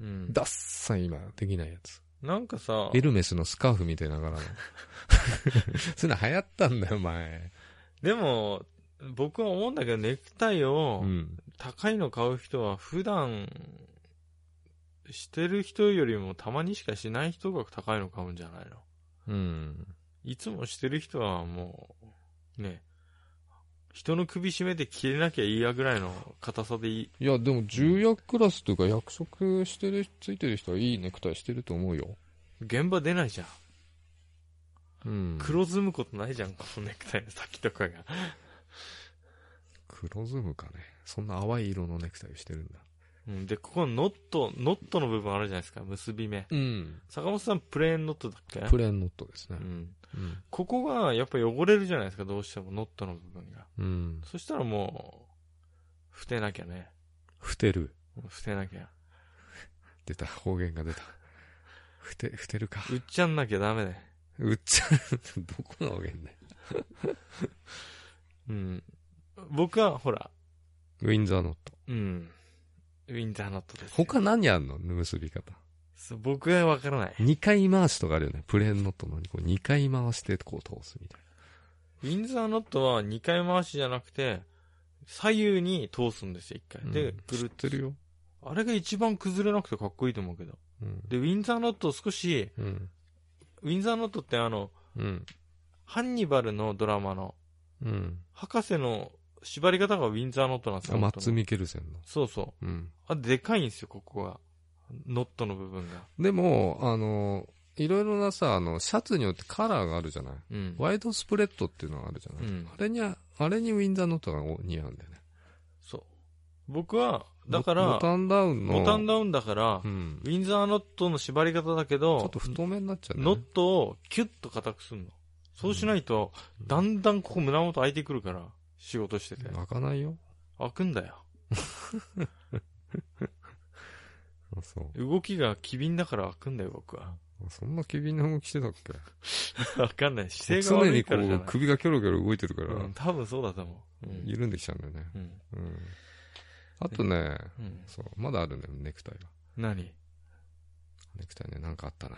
A: うん。
B: ダッサい今、できないやつ。
A: なんかさ、
B: エルメスのスカーフみたいな 柄の。 そういうの流行ったんだよ、前。
A: でも、僕は思うんだけど、ネクタイを
B: うん。
A: 高いの買う人は普段、してる人よりもたまにしかしない人が高いの買うんじゃないの
B: うん。
A: いつもしてる人はもう、ね、人の首絞めて切れなきゃいいやぐらいの硬さでいい。
B: いや、でも重役クラスというか役職してる、ついてる人はいいネクタイしてると思うよ。
A: 現場出ないじゃん。
B: うん黒、
A: 黒ずむことないじゃん、このネクタイの先とかが。
B: 黒ズムかね。そんな淡い色のネクタイをしてるんだ。
A: うん、で、ここのノット、ノットの部分あるじゃないですか、結び目。
B: うん。
A: 坂本さん、プレーンノットだっけ
B: プレーンノットですね
A: う。ん。
B: うん。
A: ここがやっぱ汚れるじゃないですか、どうしても、ノットの部分が。
B: うん。
A: そしたらもう、捨てなきゃね。
B: ふてる。
A: 捨てなきゃ。
B: 出た。方言が出た。ふて、ふてるか。
A: 売っちゃんなきゃダメだよ。
B: うっちゃう。 どこの方言だよ。
A: うん。僕は、ほら、
B: ウィンザーノット。
A: うん。ウィンターノットです、
B: 他何あんの結び方。
A: そう僕はわからない。
B: 二回回しとかあるよね。プレーンノットのにこう二回回してこう通すみたい
A: ウィンザーノットは2回回しじゃなくて、左右に通すんですよ、1
B: な。
A: 回。で、
B: うん
A: ぐるっ
B: 知ってるよ。
A: あれが一番崩れなくてかっこいいと思うけど。
B: うん。
A: で、ウィンザーノット少し、
B: うん。
A: ウィンザーノットってあの、
B: うん。
A: ハンニバルのドラマの、
B: うん。
A: 博士の縛り方がウィンザーノットなんです
B: あ、
A: よ。
B: マ
A: 本
B: ッ
A: 当
B: ツ・
A: に
B: ミケルセンの。
A: そうそう。
B: うん。
A: あ、でかいんですよ、ここが。ノットの部分が。
B: でも、あの、いろいろなさ、あの、シャツによってカラーがあるじゃない。
A: うん。
B: ワイドスプレッドっていうのがあるじゃない。
A: うん
B: あれにあ、あれにウィンザーノットが似合うんだよね。
A: そう。僕は、だから、
B: ボ
A: ボタ
B: タンダウンの。
A: ンダウンだから、
B: うん。
A: ウィンザーノットの縛り方だけ
B: ちょ
A: ど
B: っ、と太めになっちゃうね。
A: ノットをキュッと固くすんの。そうしないと、
B: うん
A: だんだんここ胸元開いてくるから、仕事してて。
B: 開かないよ。
A: 開くんだよ。
B: あそう。
A: 動きが機敏だから開くんだよ、僕は。
B: あそんな機敏な動きしてたっけ
A: わかんない。姿勢が
B: 常
A: 悪い
B: にこ
A: からじゃ
B: う
A: ない。
B: 首がキョロキョロ動いてるから、
A: うん、多分そうだと思う。うん。
B: 緩んできちゃうんだよね。
A: うん。
B: うん。あとね、
A: うん、
B: そう、まだあるんだよ、ネクタイが。
A: 何
B: ネクタイね、なんかあったな。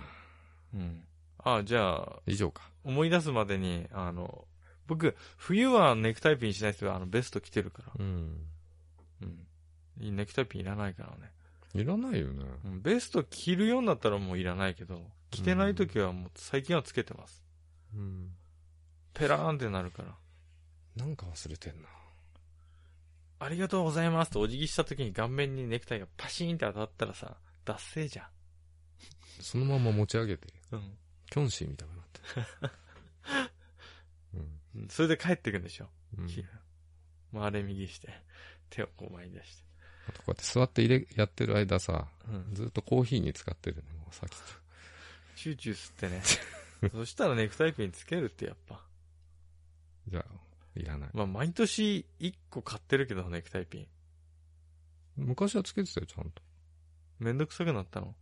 A: うん。あ、じゃあ、
B: 以上か。
A: 思い出すまでに、あの、僕、冬はネクタイピンしないですけど、あの、ベスト着てるから。
B: うん。
A: うん。ネクタイピンいらないからね。
B: いらないよね。
A: うん、ベスト着るようになったらもういらないけど、着てない時はもう最近はつけてます。
B: うん。
A: ペラーンってなるから。
B: なんか忘れてんな。
A: ありがとうございますとお辞儀した時に顔面にネクタイがパシーンって当たったらさ、脱製じゃ
B: そのまま持ち上げて、
A: ん。うん。
B: キョンシーみたいになって。 うん。
A: それで帰ってくんでしょ。
B: うん、あと
A: まあ、あれ右して、手をこう前に出して。
B: こうやって座って入れやってる間さ、
A: うん。
B: ずっとコーヒーに使ってるね、もうさっきと。
A: チューチュー吸ってね。 そしたらネクタイピンつけるってやっぱ。
B: じゃあ、いらない。
A: まあ、毎年1個買ってるけど、ネクタイピン。
B: 昔はつけてたよ、ちゃんと。
A: めんどくさくなったの。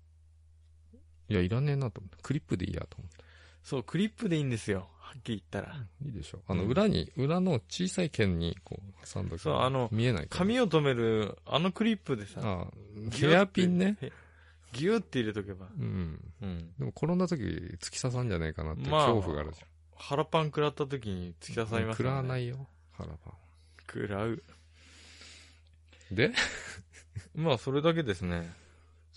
B: いや、いらねえなと思って。クリップでいいやと思って。
A: そう、クリップでいいんですよ。はっきり言ったら。
B: いいでしょ。あの、
A: うん
B: 裏に、裏の小さい剣に、こう、挟んどく。
A: そうあの
B: 見えないから。
A: 髪を留める、あのクリップでさ、
B: ああ、
A: ギュッて
B: ヘアピンね。
A: ギューって入れとけば。
B: うん。
A: うん。
B: でも転んだ時、突き刺さんじゃないかなっていう
A: まあ
B: 恐怖があるじゃん。
A: 腹パン食らった時に突き刺さります。
B: 食らわないいよ、腹パ
A: 食らう。
B: ン。で、
A: まあ、それだけですね。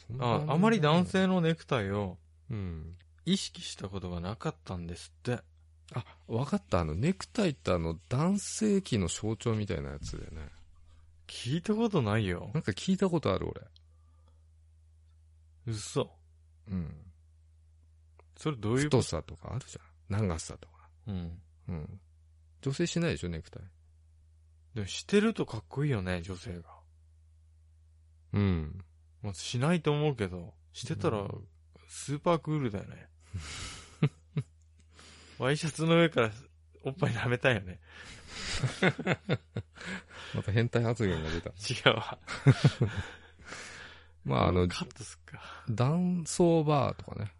B: そんな
A: あ、
B: 感じ
A: あまり男。性のネクタイを
B: うん。
A: 意識したことがなかったんですって。
B: あ、わかった。あの、ネクタイってあの、男性器の象徴みたいなやつだよね。
A: 聞いたことないよ。
B: なんか聞いたことある、俺。
A: 嘘。
B: うん。
A: それどういうこ
B: 太さとかあるじゃん。長さとか。
A: とうん。
B: うん。女性しないでしょ、ネクタイ。
A: でもしてるとかっこいいよね、女性が。
B: うん。
A: まあ、しないと思うけど、してた
B: う
A: ら
B: ん、
A: スーパークールだよね。 ワイシャツの上からおっぱい舐めたいよね。
B: また変態発言が 出た。
A: 違うわ。
B: まあ、あの、
A: カットすっか。
B: 男装バーとかね。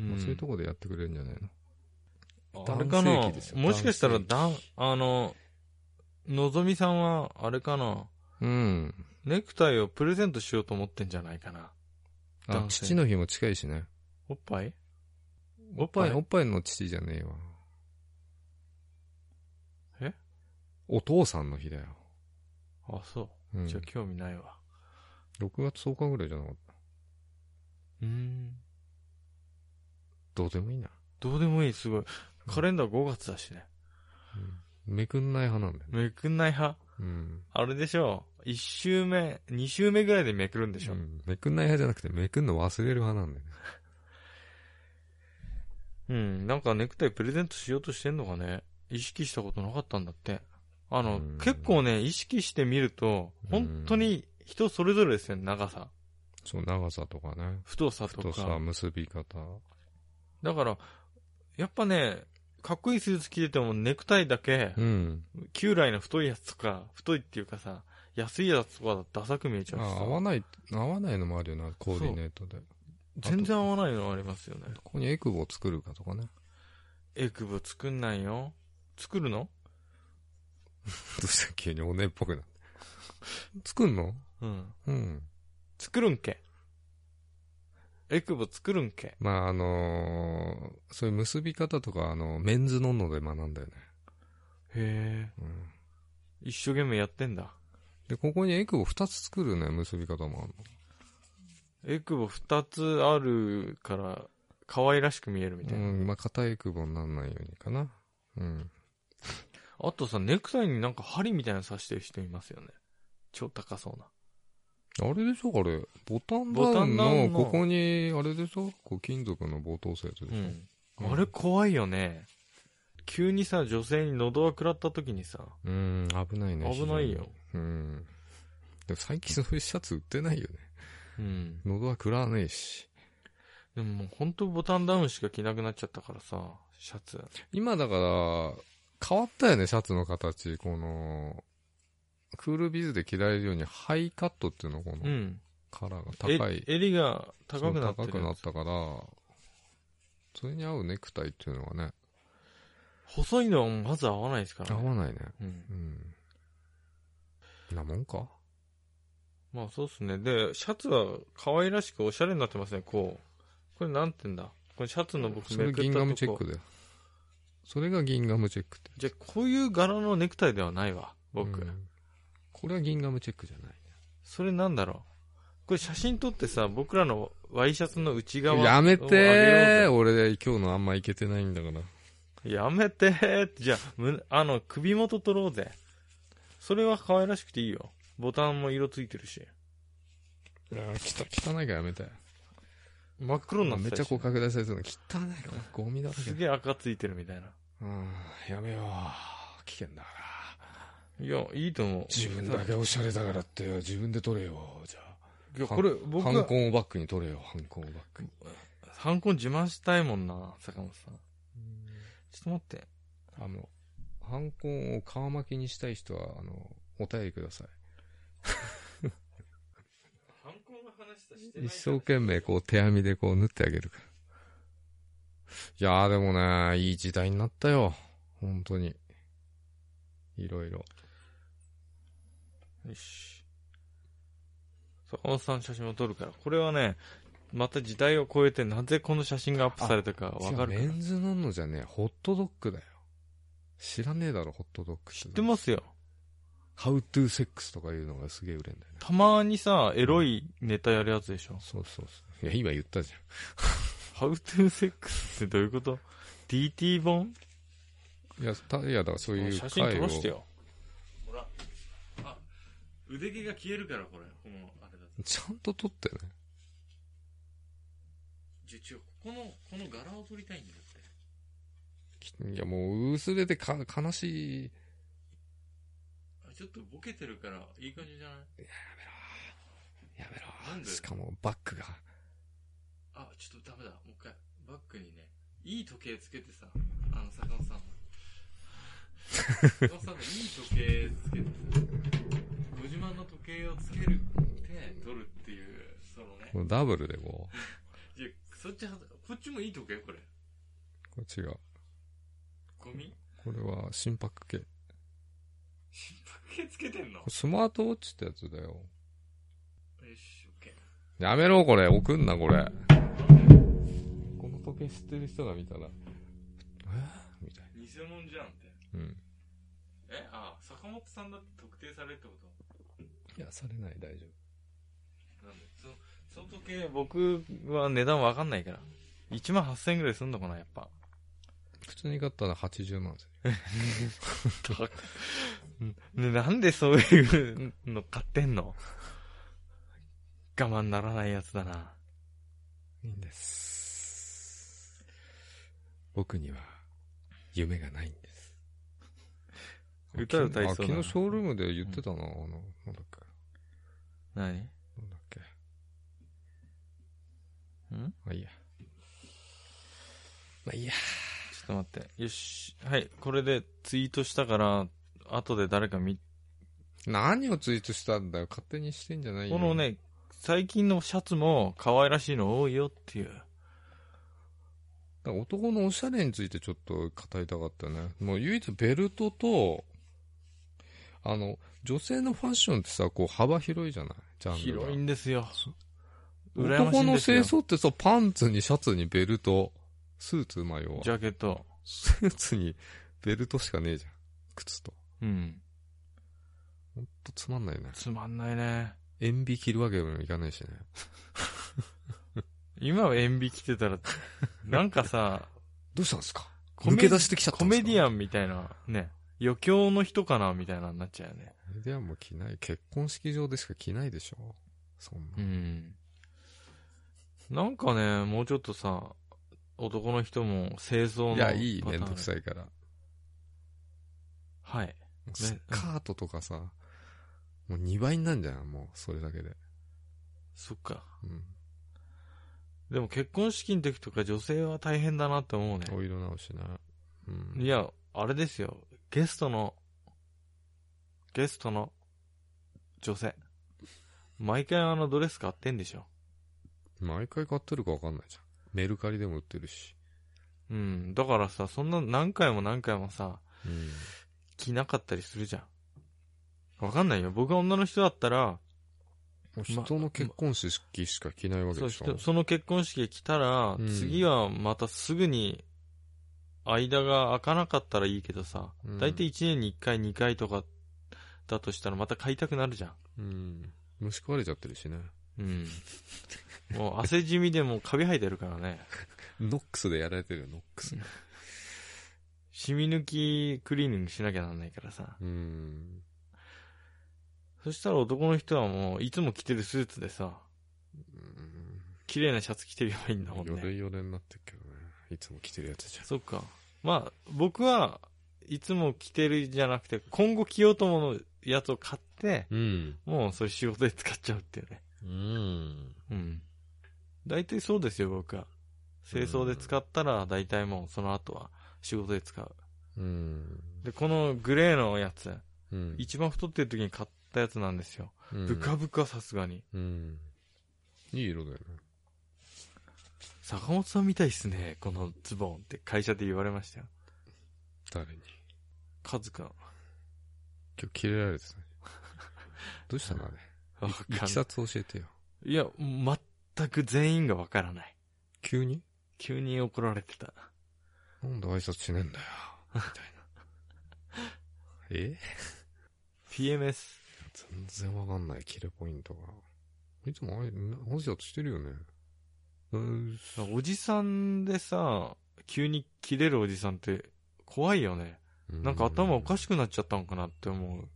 A: う
B: まあそういうとこでやってくれるんじゃないの
A: あれかな
B: 男性器ですよ
A: もしかしたら、だ
B: 男
A: ん、あの、のぞみさんは、あれかな
B: うん。
A: ネクタイをプレゼントしようと思ってんじゃないかな。
B: あ、
A: 男性
B: 父の日も近いしね。
A: おっぱい
B: おっぱい、おっぱいの父じゃねえわ。
A: え
B: お父さんの日だよ。
A: あ、そうう。
B: ん。
A: じゃあ
B: 6
A: 興味ないわ。
B: 月10日ぐらいじゃなかった。
A: うーん。
B: どうでもいいな。
A: どうでもいい、すごい。カレンダー5月だしね。
B: うんめくんない派なんだよね。
A: めくんない派
B: うん。
A: あれでしょ一週目、二週目ぐらいでめくるんでしょ、
B: うんめくんない派じゃなくて、めくんの忘れる派なんだよね。
A: うん、なんかネクタイプレゼントしようとしてんのかね意識したことなかったんだって。あの、
B: うん
A: 結構ね、意識してみると、本当に人それぞれですよね、長さ。
B: そう、長さとかね。
A: 太さと
B: 太さ、
A: か。
B: 結び方。
A: だから、やっぱね、かっこいいスーツ着ててもネクタイだけ
B: う、ん。
A: 旧来の太いやつとか、太いっていうかさ、安いやつとかだとダサく見えちゃうし
B: あ
A: さ
B: 合わない、合わないのもあるよな、コーディネートで。
A: 全然合わないのありますよね。
B: ここにエクボ作るかとかね。
A: エクボ作んないよ。作るの
B: どうした急におねっぽくなって。作んの
A: うん。
B: うん。
A: 作るんけ。エクボ作るんけ。
B: まあ、あのーそういう結び方とか、あの、メンズノンノで学んだよね。
A: へえ。
B: うん。
A: 一生懸命やってんだ。
B: で、ここにエクボ2つ作るね、結び方もあるの。
A: エクボ二つあるから、可愛らしく見えるみたいな。
B: うん、まあ、硬いエクボにならないようにかな。うん。
A: あとさ、ネクタイになんか針みたいなの刺してる人いますよね。超高そうな。
B: あれでしょあれ。ボタンダ
A: ボタ
B: ウ
A: ン
B: ン
A: ダウン
B: の、
A: の
B: ここに、あれでしょこう、金属の棒通すやつでしょ、
A: うん。あれ怖いよね。急にさ、女性に喉が食らった時にさ、
B: うん、危ないね。
A: 危ないよ。
B: 非常に。うん。でも最近そういうシャツ売ってないよね。
A: うん。
B: 喉は食らわねえし。
A: でももうほんとボタンダウンしか着なくなっちゃったからさ、シャツ。
B: 今だから、変わったよね、シャツの形。この、クールビズで着られるように、ハイカットっていうの、こ
A: う
B: の、
A: ん。
B: カラーが高い。
A: え襟が高くなって
B: そう高く
A: る
B: な
A: や
B: っ
A: つ。
B: たから、それに合うネクタイっていうのはね、
A: 細いのはまず合わないですから、
B: 合
A: ね。
B: わないね。
A: うん。
B: うん。なもんか
A: まあそうっすね。で、シャツは可愛らしくおしゃれになってますね、こう。これなんて言うんだこれシャツの僕
B: そ
A: め
B: れ
A: くったとこ
B: ギンガムチェックだよ。それがギンガムチェックって。
A: じゃあ、こういう柄のネクタイではないわ、僕。
B: うんこれはギンガムチェックじゃない。
A: それなんだろう。これ写真撮ってさ、僕らのワイシャツの内側を
B: やめて
A: あげ
B: ー
A: よ
B: 俺、今日のあんまいけてないんだから。
A: うぜやめてーってじゃあ、むあの、首元撮ろうぜ。それは可愛らしくていいよ。ボタンも色ついてるし。
B: いやー、汚汚いからやめたよ。
A: 真っ黒になって
B: め
A: たり
B: っちゃ
A: して
B: こう拡大されてるの。汚いから、ゴミだらけ
A: す。げえ赤ついてるみたいな。
B: うん、やめよう。危険だから。
A: いや、いいと思う。
B: 自分だけおしゃれだからって、自分で取れよ、じゃあ。
A: いや、これ、僕
B: ハン
A: は
B: コンをバックに取れよ、ハンコンをバックに。
A: ハンコン自慢したいもんな、坂本さん。ちょっと待って。
B: あの、ハンコンを皮巻きにしたい人は、あの、お便りくださ
A: ハンコンの話として
B: い。一生懸命こう手編みでこう縫ってあげるから。いやーでもね、いい時代になったよ。本当に。いろいろ。
A: よし。坂本さんの写真を撮るから。これはね、また時代を超えてなぜこの写真がアップされたかわかるか
B: 違う
A: ら
B: メ。ンズなのじゃねえ、ホットドッグだよ。知らねえだろ、ホットドッグ知っ
A: 知ってますよ。
B: ハウトゥーセックスとかいうのがすげえ売れんだよね。
A: たまにさ、エロいネタやるやつでしょ。
B: そうそうそう。いや、今言ったじ
A: ハウトゥーセックスってどういうこと ?DT 本
B: ゃん。いや、たいやだからそういう
A: 写真
B: 会
A: 撮
B: を
A: らしてよ。ほら。あ、腕毛が消えるからこれ。この、あれだ
B: ちゃんと撮ってね。
A: と。ここの、この柄を撮りたいんだって。
B: きいや、もう、薄れてか悲しい。
A: ちょっとボケてるから、いい感じじゃない
B: やめ
A: なんで
B: しかも、バックが。
A: あ、ちょっとダメだ。もう一回。バックにね、いい時計つけてさ、あの、坂本さんの。坂本さんのいい時計つけてさ、ご自慢の時計をつけるって、取るっていう、そのね。
B: もうダブルでこう。
A: じゃ、そっちは、こっちもいい時計これ。
B: こっちが。
A: ゴミ
B: これは、心拍計。
A: 時計つけてんのよ
B: スマートウォッチってやつだよ。
A: し、オッケー。
B: やめろ、これ。送んな、これ。この時計知ってる人が見たら、えみたい
A: 偽物じゃんって。
B: な。うん。
A: えあ、坂本さんだって特定されるってこと
B: いや、されない、大丈夫。
A: なんでそその時計僕は値段わかんないから1万8000円ぐらいすんのかなやっぱ
B: 普通に買ったら80万ですよ。
A: ねなんでそういうの買ってんの我慢ならないやつだない
B: いんです。僕には、夢がないんです。
A: 歌歌いそうだな
B: あ昨日ショールームで言ってたな、あの、なんだっけ。
A: 何
B: なんだっけ。
A: ん
B: まあいいや。まあいいや。
A: ちょっと待って。よし。はい。これでツイートしたから、後で誰か見、
B: 何をツイートしたんだよ。勝手にしてんじゃないよ。
A: この。ね、最近のシャツも可愛らしいの多いよっていう。
B: 男のおしゃれについてちょっと語りたかったね。もう唯一ベルトと、あの、女性のファッションってさ、こう幅広いじゃないジャンルが。
A: 広いんですよ。羨ましい
B: 男
A: ん
B: の
A: ですよ
B: 清掃ってさ、パンツにシャツにベルト、スーツ、まあ要は
A: ジ。ャケット。
B: スーツにベルトしかねえじゃん。靴と。
A: うん。
B: ほんとつまんないよね。
A: つまんないね。
B: 塩ビ切るわけにもいかないしね。
A: 今は塩ビ来てた ら、なんかさ、
B: どうしたんですか
A: コメ
B: 抜け出してきちゃった
A: コ
B: んで
A: メ
B: すか
A: ディアンみたいな、ね、余興の人かなみたいなのになっちゃうよね。
B: コメディアンも着ない。結婚式場でしか着ないでしょ。そんな。
A: うん。なんかね、もうちょっとさ、男の人も清掃の
B: いや、いい、
A: パタ
B: め
A: ーン
B: んどくさいから。
A: はい。
B: スカートとかさ、もう2倍になるんじゃん、もう、それだけで。
A: そっか。
B: うん。
A: でも結婚式の時とか女性は大変だなって思うね。
B: お色直しな。うん。
A: いや、あれですよ。ゲストの、ゲストの女性。毎回あのドレス買ってんでしょ。
B: 毎回買ってるか分かんないじゃん。メルカリでも売ってるし。
A: うん。だからさ、そんな何回も何回もさ、
B: うん。
A: 着なかったりするじゃん。わかんないよ。僕が女の人だったら、
B: もう人の結婚式しか着ないわ
A: そ
B: けで
A: う
B: しょ。
A: 人その結婚式来たら、
B: うん
A: 次はまたすぐに、間が開かなかったらいいけどさ、
B: うん
A: だいたい1年に1回、2回とかだとしたらまた買いたくなるじゃん。
B: うん。虫食われちゃってるしね。
A: うん。もう汗じみでもうカビ生えてるからね。
B: ノックスでやられてるよ、ノックス。
A: 染み抜きクリーニングしなきゃなんないからさ。
B: うん。
A: そしたら男の人はもういつも着てるスーツでさ、
B: うん
A: 綺麗なシャツ着てればいいんだもん
B: よれ
A: ね。
B: よれになってるけどね。いつも着てるやつじゃん。
A: そっか。まあ、僕はいつも着てるじゃなくて、今後着ようと思うやつを買って、
B: うん。
A: もうそれ仕事で使っちゃうっていうね。
B: うん。
A: うん。大体そうですよ、僕は。清掃で使ったら大体もうその後は仕事で使う。
B: うん。
A: で、このグレーのやつ、
B: うん。
A: 一番太ってる時に買ったやつなんですよ。ブカブカさすがに。
B: うん。いい色だよね。
A: 坂本さんみたいっすね、このズボンって会社で言われましたよ。
B: 誰に。
A: カズくん。
B: 今日切れられて たね。どうしたのあれ。
A: わ
B: い
A: か
B: き
A: んな
B: さつ教えてよ。
A: い。いや、全く全員がわからない。
B: 急に
A: 急に怒られてた。
B: なんで挨拶しねえんだよ。みたいな。 え
A: PMS。
B: 全然わかんない、キレポイントが。いつもあい、挨拶してるよね。うん、
A: おじさんでさ、急に切れるおじさんって怖いよね。なんか頭おかしくなっちゃったのかなって思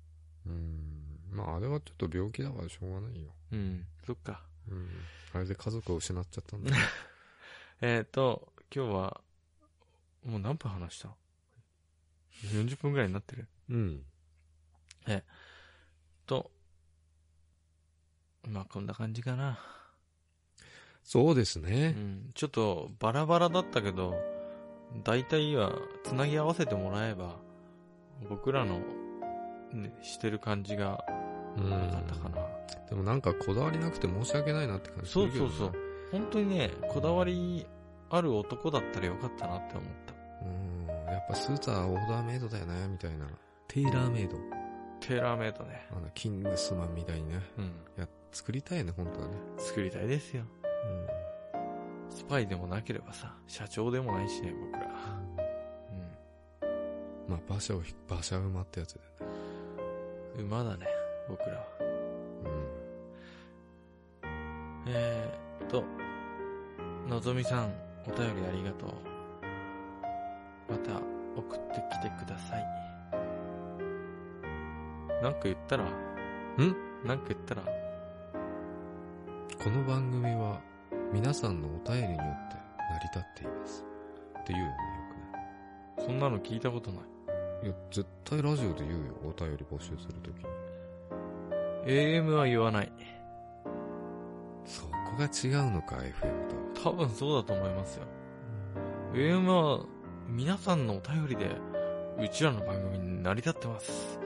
B: うん。まあ、あれはちょっと病気だからしょうがないよ。
A: う。うん。そっか。
B: うん。あれで家族を失っちゃった んだよ。
A: えっ、ー、と、今日は、もう何分話した ?40 分くらいになってる
B: うん。
A: と、まあこんな感じかな。
B: そうです
A: う
B: ね。
A: ん。ちょっとバラバラだったけど、大体は繋ぎ合わせてもらえば、僕らの、ね、してる感じが
B: う。
A: なんかったかな。
B: でもなんかこだわりなくて申し訳ないなって感じす
A: そ
B: る
A: う
B: け
A: そう
B: どね
A: そう。。本当にね、こだわりある男だったらよかったなって思った。
B: うん。やっぱスーツはオーダーメイドだよね、みたいな。テイラーメイド。
A: テーラーメイドね。
B: あの、キングスマンみたいにね。
A: うん。
B: いや、作りたいね、本当はね。
A: 作りたいですよ。
B: うん。
A: スパイでもなければさ、社長でもないしね、僕ら。
B: まあ、馬車を引、馬車馬ってやつだよね。
A: うん。馬だね、僕らは。
B: うん。
A: えーっと、のぞみさん、お便りありがとう。また送ってきてください。なんか言ったらんなんか言ったら
B: この番組は、皆さんのお便りによって成り立っています。って言うよね、よ
A: そんなの聞いたことない。
B: くね。いや、絶対ラジオで言うよ、お便り募集するときに。
A: AM は言わない。
B: そこが違うのか、FM とは。
A: 多分そうだと思いますよ。AM は皆さんのお便りで、うちらの番組に成り立ってます。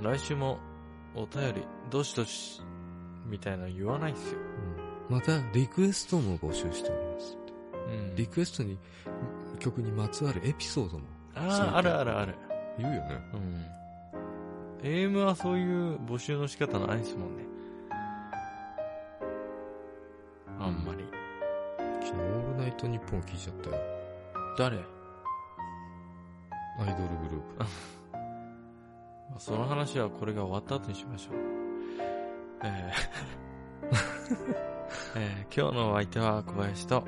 A: 来週も、お便り、どしどし、みたいなの言わないっすよ。
B: また、リクエストも募集しております。
A: うん
B: リクエストに、曲にまつわるエピソードも
A: ああ、あるあるある。
B: 言うよね。
A: うん。AM はそういう募集の仕方ないですもんね。あんまり。
B: 昨日、オールナイトニッポン聞いちゃったよ。
A: 誰
B: アイドルグループ。
A: その話はこれが終わった後にしましょう。えーえー今日のお相手は小林と、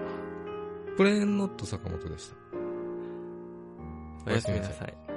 B: プレーンノット坂本でした。
A: おやすみなさい。